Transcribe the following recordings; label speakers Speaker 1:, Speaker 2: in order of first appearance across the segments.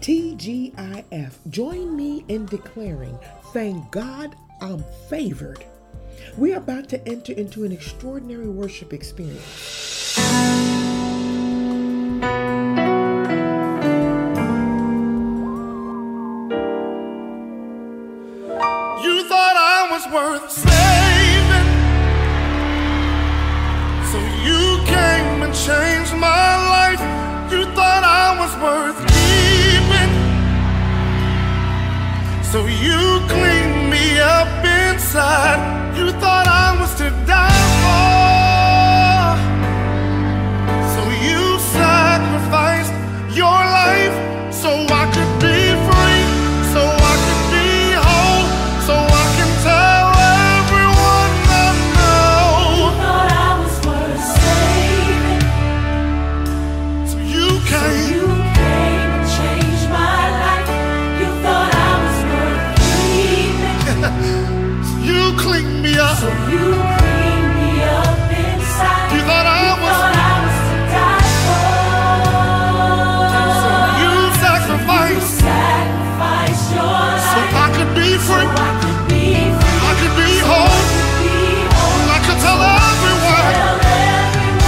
Speaker 1: TGIF. Join me in declaring, thank God I'm favored. We are about to enter into an extraordinary worship experience.
Speaker 2: You thought I was worth saving, so you came and changed my life. You thought I was worth keeping, so you cleaned me up inside. You thought I was to die for, so you sacrificed your life so I could be free, so I could be whole, so I can tell everyone I know.
Speaker 3: Thought I was worth saving,
Speaker 2: So you
Speaker 3: so
Speaker 2: came,
Speaker 3: you came and changed my life. You thought I was worth keeping,
Speaker 2: you cleaned me up.
Speaker 3: so you cleaned me up inside.
Speaker 2: You thought I was,
Speaker 3: Thought I was to die for.
Speaker 2: so you
Speaker 3: You
Speaker 2: sacrificed,
Speaker 3: sacrificed
Speaker 2: so
Speaker 3: your life
Speaker 2: I could be
Speaker 3: so
Speaker 2: free,
Speaker 3: I could be free,
Speaker 2: I could be whole,
Speaker 3: be whole.
Speaker 2: I could tell everyone.
Speaker 3: Tell everyone I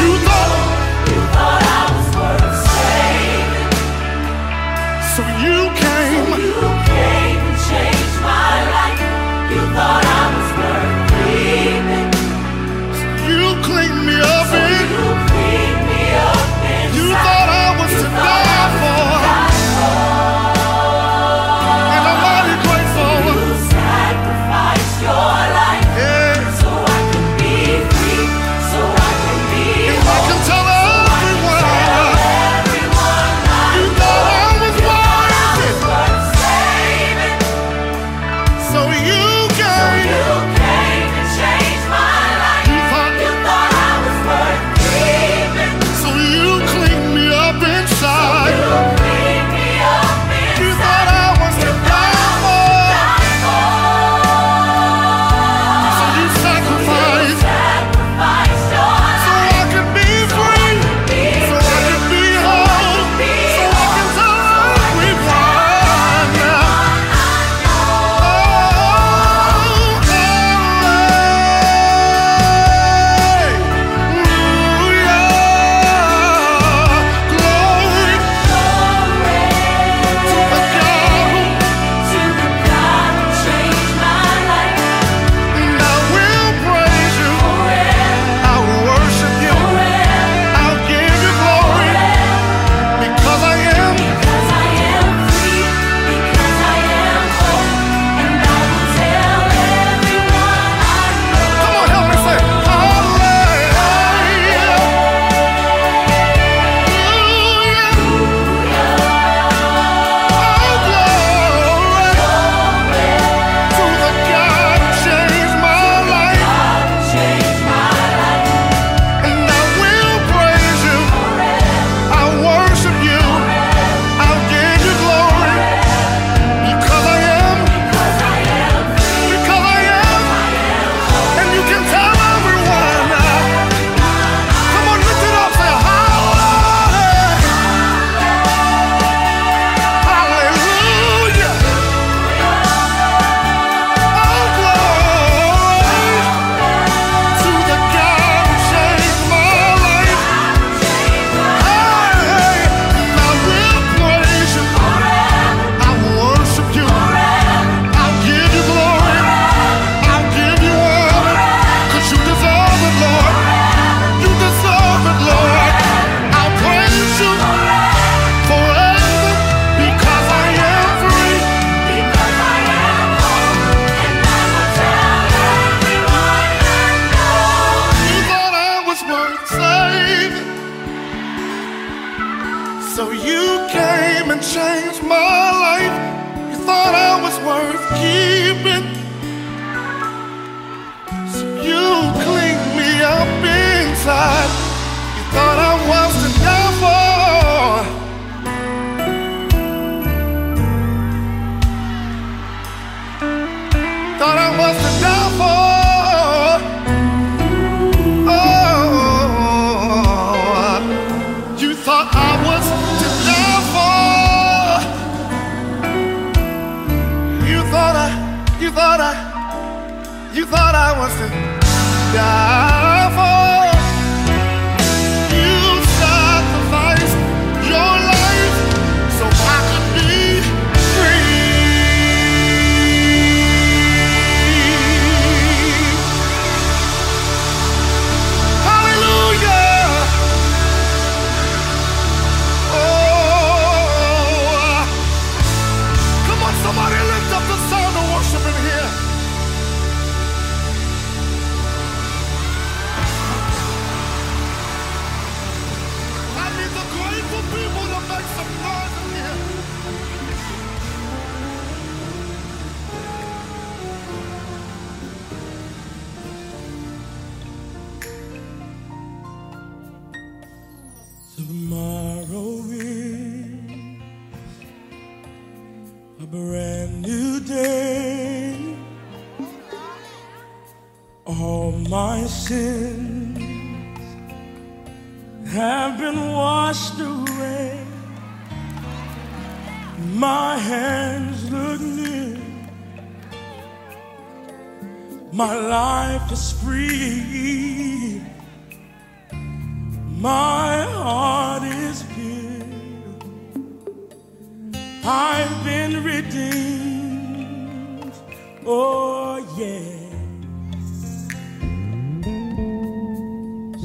Speaker 2: You thought,
Speaker 3: thought I was worth saving.
Speaker 2: so you came.
Speaker 3: You came and changed my life. You thought I was worth keeping.
Speaker 2: You cleaned me up and
Speaker 3: You cleaned me up
Speaker 2: you
Speaker 3: inside.
Speaker 2: thought I was to die for. And I'm mighty
Speaker 3: You
Speaker 2: grateful.
Speaker 3: sacrificed your life
Speaker 2: Yeah.
Speaker 3: so I could be free. So I could be
Speaker 2: If I can tell everyone,
Speaker 3: everyone.
Speaker 2: you thought I was
Speaker 3: I was
Speaker 2: worth it.
Speaker 3: worth saving.
Speaker 2: So you came.
Speaker 3: You came and changed my life.
Speaker 2: You thought,
Speaker 3: You thought I was worth keeping.
Speaker 2: so you cleaned me up inside.
Speaker 3: You cleaned me up
Speaker 2: You
Speaker 3: inside.
Speaker 2: thought I was to die for. So you sacrificed so I could be free. So I could be whole. So I can tell everyone. Oh, hallelujah. Glory to the God And I will praise you. I will worship you. I'll give you glory because I am. Come on, help me say hallelujah. Oh, glory to the God who changed my life. And I will praise you. I worship you. I'll give you glory because I am. Because I am. And you can tell everyone. Come on, lift it up. Say hallelujah. Hallelujah. Oh, glory to the God who changed my life. Hey, and I will praise you. I worship you. I'll give you glory. I'll give you honor. 'Cause you deserve it, Lord. You deserve it, Lord. I'll praise you forever because I am free. You thought I was worth saving. So you came and changed my life. You thought I was worth keeping. So you cleaned me up inside. You thought I was to die for. Thought I was to die for. Oh. You thought I was to die for. You thought I, you thought I was to die for. You sacrificed your life so I could be free. Hallelujah. Oh, come on, somebody lift up the sound of worship in here. I need the grateful people to make some noise in here.
Speaker 4: Tomorrow is a brand new day. All my sins have been washed away. My hands look new. My life is free. My heart is pure. I've been redeemed. Oh, yeah.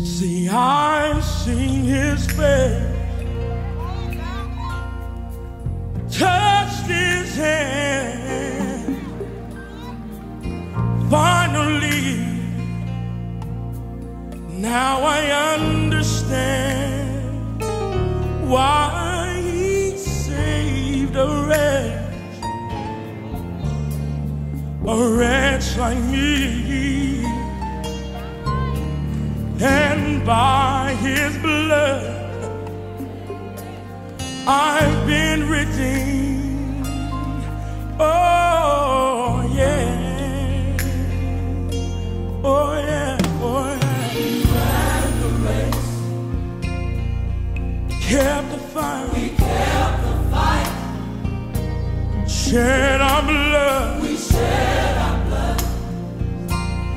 Speaker 4: See, I've seen his face, touched his hand. Finally, now I understand why he saved a wretch, a wretch like me. And by his blood, I've been redeemed. Oh, yeah. Oh, yeah. Oh, yeah. kept the fire. We kept the fight. Shed our blood. We shed our blood.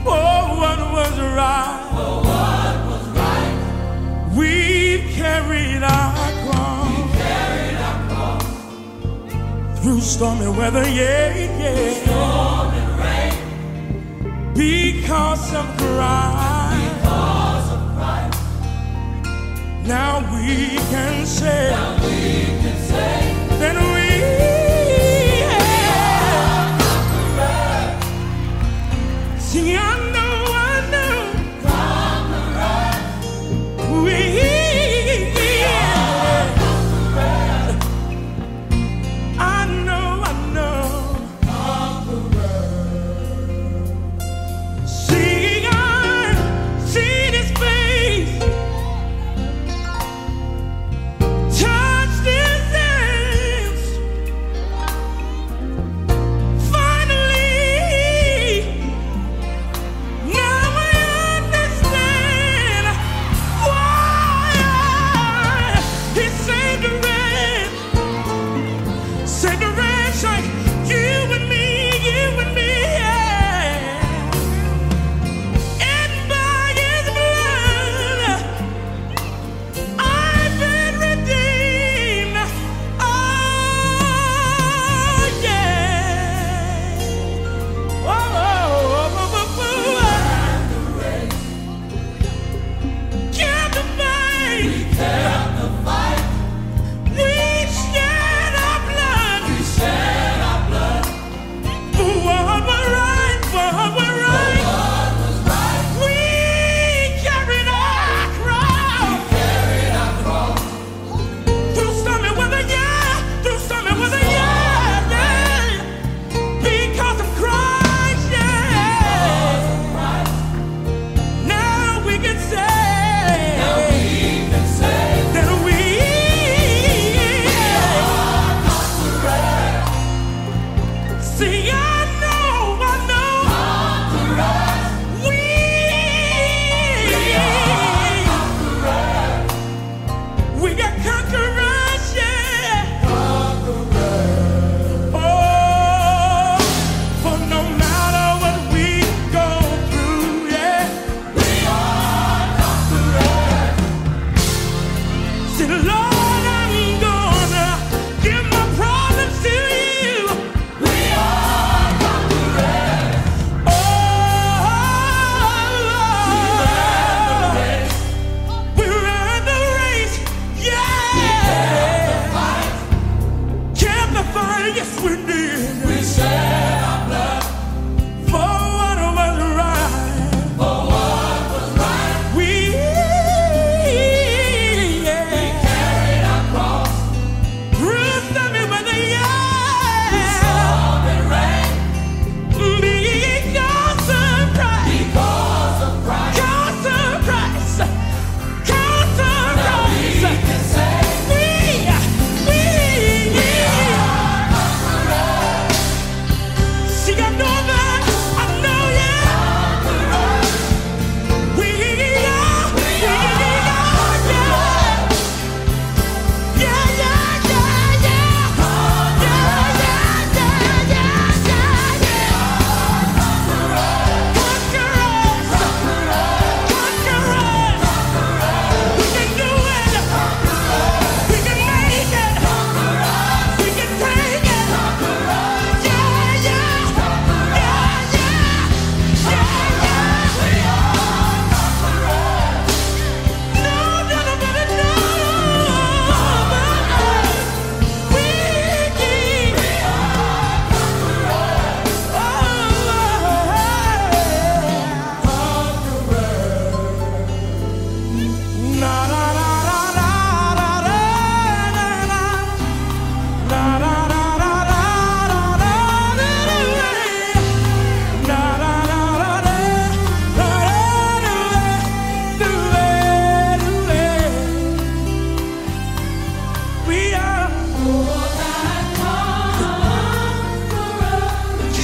Speaker 4: For what was right. For what was right. We carried our cross. We carried our cross. Through stormy weather, yeah, yeah. Storm and rain. Because of Christ. Now we can say. Now we can say. Then we. Sing, I know, I know. We. I know, I know. Sing, I've seen his face. Touch Oh, oh, Oh, Oh, oh.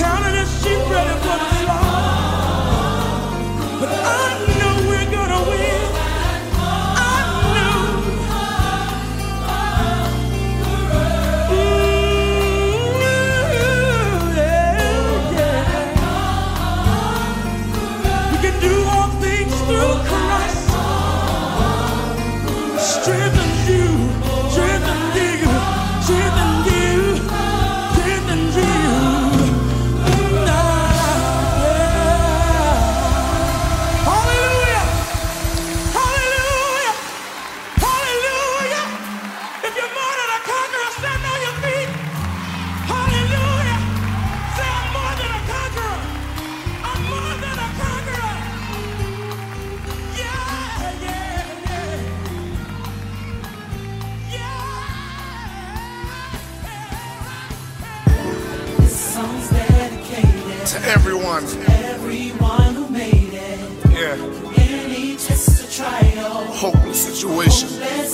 Speaker 4: Oh,
Speaker 2: to everyone.
Speaker 5: Everyone who made it
Speaker 2: Yeah,
Speaker 5: any test to trial,
Speaker 2: hopeless situation.
Speaker 5: that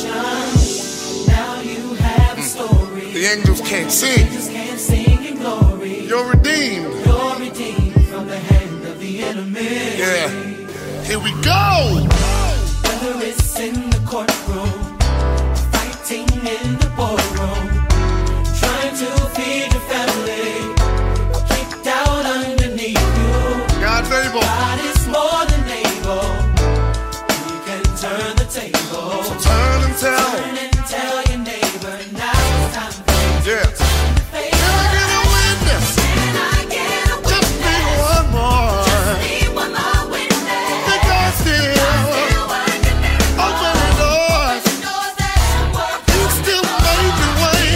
Speaker 5: situation. Now you have a story.
Speaker 2: Mm. The angels can't sing.
Speaker 5: Just can't sing in glory.
Speaker 2: You're redeemed.
Speaker 5: You're redeemed from the hand of the enemy.
Speaker 2: Yeah, here we go.
Speaker 5: Whether it's in the courtroom, fighting in the boardroom, trying to feed your family, kicked out underneath you.
Speaker 2: God's able.
Speaker 5: God is more than able. You can turn the table.
Speaker 2: Turn and tell.
Speaker 5: Turn and tell your neighbor now it's time for
Speaker 2: Yeah.
Speaker 5: faith.
Speaker 2: Can I get a witness?
Speaker 5: Can I get a
Speaker 2: Just need
Speaker 5: witness?
Speaker 2: one more.
Speaker 5: Need one more witness.
Speaker 2: The God's still
Speaker 5: Still working
Speaker 2: opening doors.
Speaker 5: doors that work.
Speaker 2: You still made the way.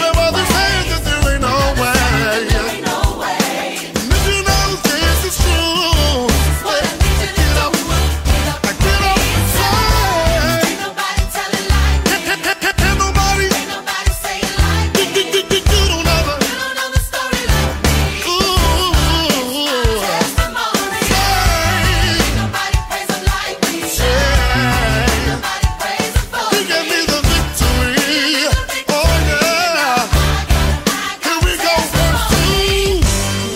Speaker 2: Where others say that there ain't no way.
Speaker 5: No way.
Speaker 2: And if you know this is true,
Speaker 5: What I
Speaker 2: well,
Speaker 5: need you to
Speaker 2: get
Speaker 5: do
Speaker 2: up.
Speaker 5: is get up.
Speaker 2: I get up and say,
Speaker 5: Ain't nobody telling like me.
Speaker 2: can- can- can- can nobody
Speaker 5: Ain't nobody saying like me.
Speaker 2: do- do- do- do- do no other?
Speaker 5: You don't know the story like me.
Speaker 2: Ooh.
Speaker 5: Testimony.
Speaker 2: Hey,
Speaker 5: Ain't nobody praise 'em like me.
Speaker 2: yeah.
Speaker 5: Nobody praise 'em for
Speaker 2: You gave me
Speaker 5: me.
Speaker 2: the victory. Oh yeah. Here we go, verse two.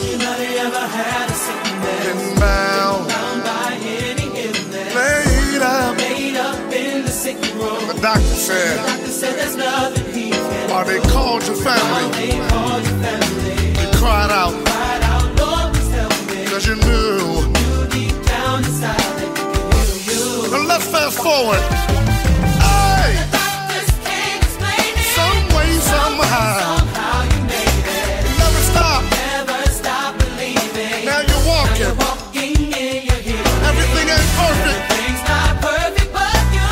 Speaker 5: Anybody ever had a sickness
Speaker 2: And bound,
Speaker 5: bound by any illness?
Speaker 2: laid up.
Speaker 5: Laid up in the sick room.
Speaker 2: The doctor said,
Speaker 5: Doctor said there's nothing he can
Speaker 2: "Are they called your family?"
Speaker 5: They called your family.
Speaker 2: You cried out
Speaker 5: Cried out, Lord, please help me.
Speaker 2: because you knew.
Speaker 5: Deep down inside, they can heal you.
Speaker 2: Now let's fast forward. Hey,
Speaker 5: Doctors can't explain it.
Speaker 2: some way, somehow,
Speaker 5: Somehow you made it.
Speaker 2: never stop.
Speaker 5: Never stop believing.
Speaker 2: Now you're
Speaker 5: You're
Speaker 2: walking.
Speaker 5: walking in your healing.
Speaker 2: Everything ain't perfect.
Speaker 5: Things not perfect, but you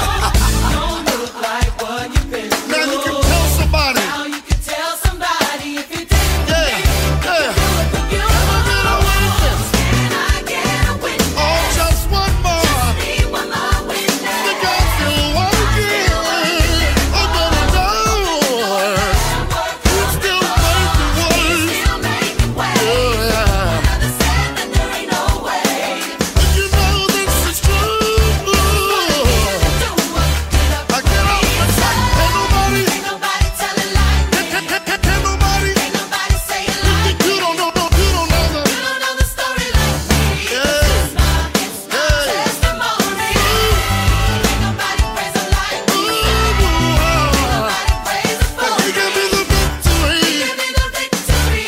Speaker 5: don't look like what you've been
Speaker 2: Now you can
Speaker 5: through.
Speaker 2: tell somebody.
Speaker 5: Now you can tell somebody if you didn't
Speaker 2: Yeah, yeah.
Speaker 5: do it for you. Can I get a witness?
Speaker 2: Oh, just one more.
Speaker 5: Need one more
Speaker 2: The
Speaker 5: witness.
Speaker 2: God's still working. Open the door. You still make the way.
Speaker 5: Still making way.
Speaker 2: Oh, yeah.
Speaker 5: Others said that there ain't no way.
Speaker 2: And you know this is true.
Speaker 5: Do what did I
Speaker 2: I get up and say, "Ain't nobody,
Speaker 5: Ain't nobody telling like me.
Speaker 2: can't- can't- can't- can't nobody."
Speaker 5: Ain't nobody saying like
Speaker 2: You don't know, no, you don't know the
Speaker 5: you don't know the story like me. It's my, it's my testimony. Ain't nobody praising like me. Nobody praising for me. Give me the victory.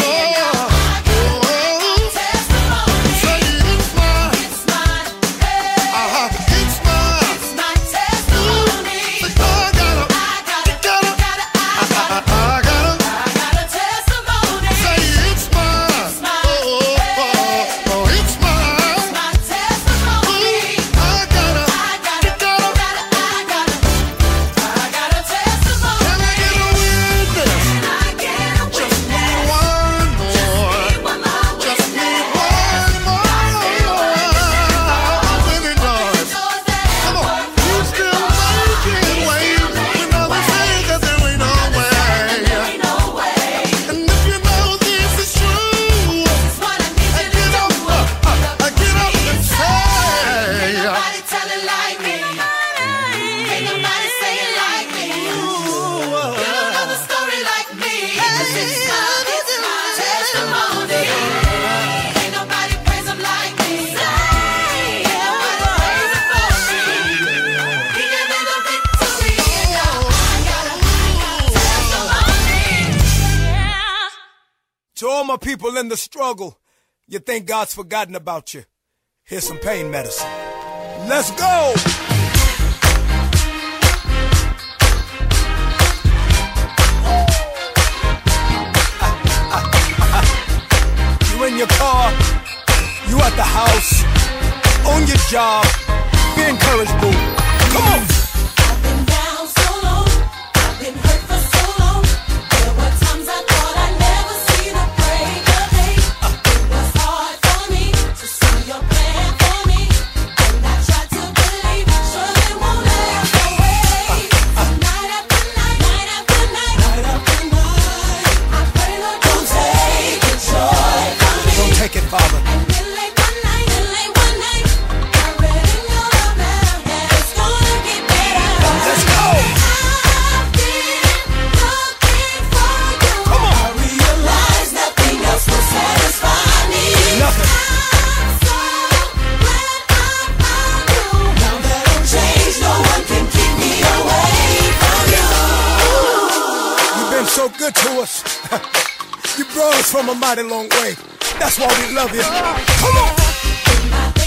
Speaker 2: Oh.
Speaker 5: my testimony. It's my, it's my testimony. I got it, got it, got it, I got it. I got a testimony. My testimony. I got it. Got it. I got it. I got a testimony. Can I get a witness? Need one more witness. Doors that work. There ain't no way.
Speaker 2: And if you know this is true,
Speaker 5: It's what I need
Speaker 2: I
Speaker 5: you to
Speaker 2: get
Speaker 5: do.
Speaker 2: up, I get up and
Speaker 5: Ain't
Speaker 2: say,
Speaker 5: nobody telling like me. Ain't nobody saying like me. You don't know the story like me. It's my, it's my testimony. Ain't nobody praise 'em like me. Ain't nobody praise 'em for me. He gave me the victory, and I I got a testimony.
Speaker 6: To all my people in the struggle, you think God's forgotten about you. Here's some pain medicine. Let's go! You in your car, you at the house, on your job, be encouraged, boo. Come on!
Speaker 5: I've been down so long, I've been hurt for so long. There were times I thought I'd never see the break of day. It was hard for me to see your plan for me, and I tried to believe, sure it won't last away. Night after night, night after night, night after night. I pray, Lord, don't take it, joy. so good to us. you brought us from a mighty long way. That's why we love you. Come on.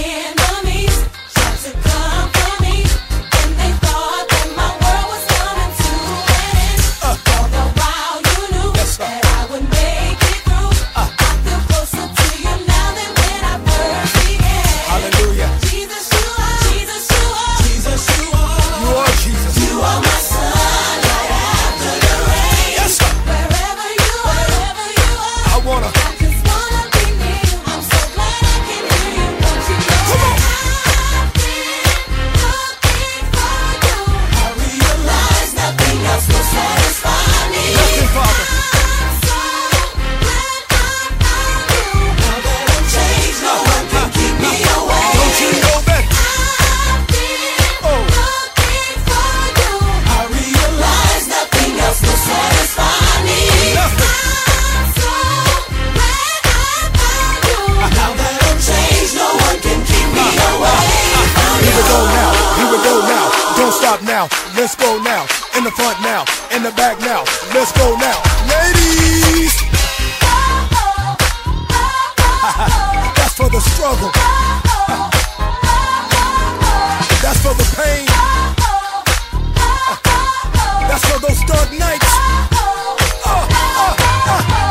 Speaker 5: Hallelujah. You are Jesus. You are my sunlight after the rain. Yes, sir. I wanna. Nothing, Father. Don't you know that? Oh, nothing. Here we go now, here we go now. Don't stop now, let's go now. In the front now, in the back now, let's go now. Ladies, that's for the struggle. That's for the pain. That's for those dark nights. Uh, uh, uh.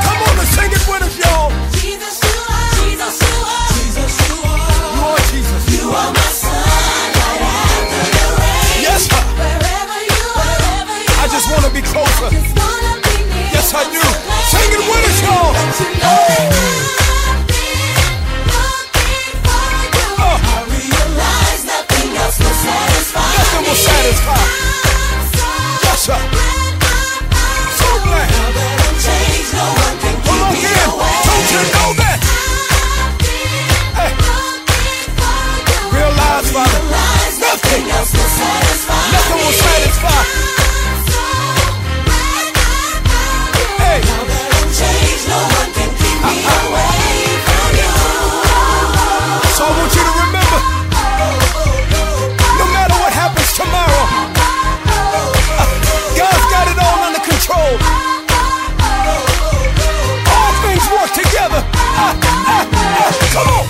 Speaker 5: Come on and sing it with us, y'all. You are Jesus. You are my sunlight Yes, I- I just want to be closer. Yes, I do. Sing it with us, y'all. Uh, nothing will satisfy. Yes, sir. So glad. Hold on here. Don't you know that? Hey. Realize, Father, nothing, nothing will satisfy. Hey. So I want you to remember, no matter what happens tomorrow, God's got it all under control. All things work together. Ah, ah, ah. Come on.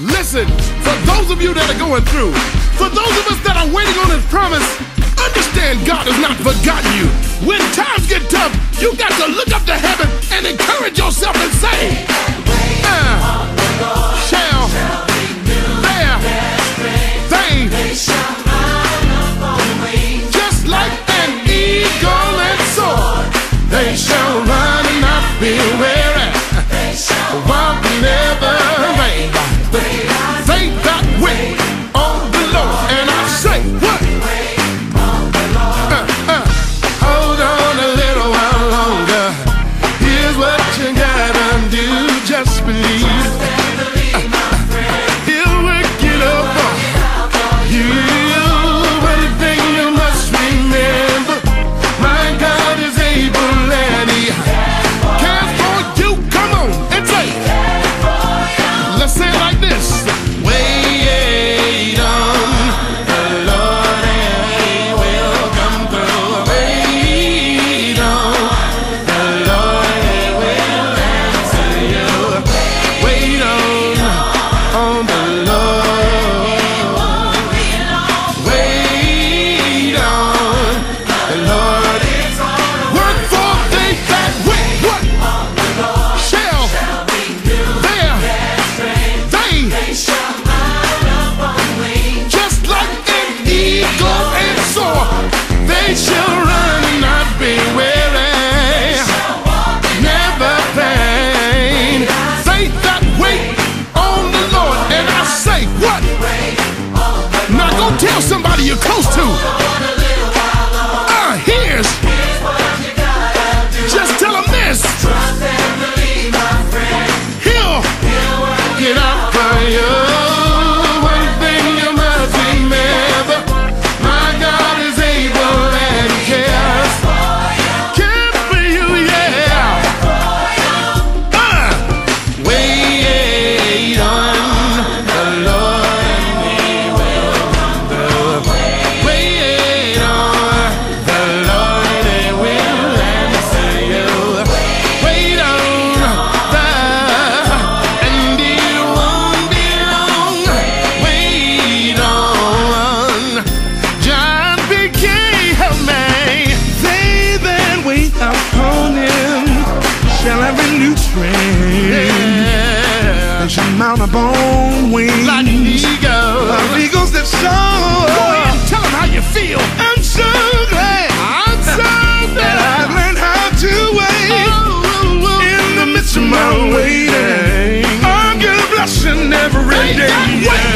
Speaker 7: Listen, for those of you that are going through, for those of us that are waiting on His promise, understand God has not forgotten you. When times get tough, you got to look up to heaven and encourage yourself and say, uh, shall their thing just like an eagle and soar, they shall run and not be weary, walk and never faint. Think that way on the Lord, and I say what? Uh, uh, hold on a little while longer. Here's what you gotta do, just believe. He'll work it out for you. One thing you must remember, my God is able and He cares for you. Come on and say. Let's say it like this. Wait on the Lord and He will come through. Wait on the Lord and He will answer you. Wait on, on the Lord. Wait on the Lord. Work for they that wait. What shall there? they, just like an eagle and soar, they shall run and not be weary. Never faint. Faith that wait on the Lord, and I say what? Now go tell somebody you're close to. Uh, here's. Just tell 'em this. He'll get out for you. One thing you must remember, my God is able and He cares. Care for you, yeah. Uh, wait on the Lord.
Speaker 2: mount upon wings
Speaker 7: like an eagle.
Speaker 2: of eagles that soar.
Speaker 7: Go ahead and tell 'em how you feel.
Speaker 2: I'm so glad
Speaker 7: I'm so
Speaker 2: that
Speaker 7: glad.
Speaker 2: I've learned how to wait
Speaker 7: Oh,
Speaker 2: in the midst of my waiting. I'm gonna bless you every day. Uh,
Speaker 7: Wait,
Speaker 2: Uh, Oh,
Speaker 7: Oh.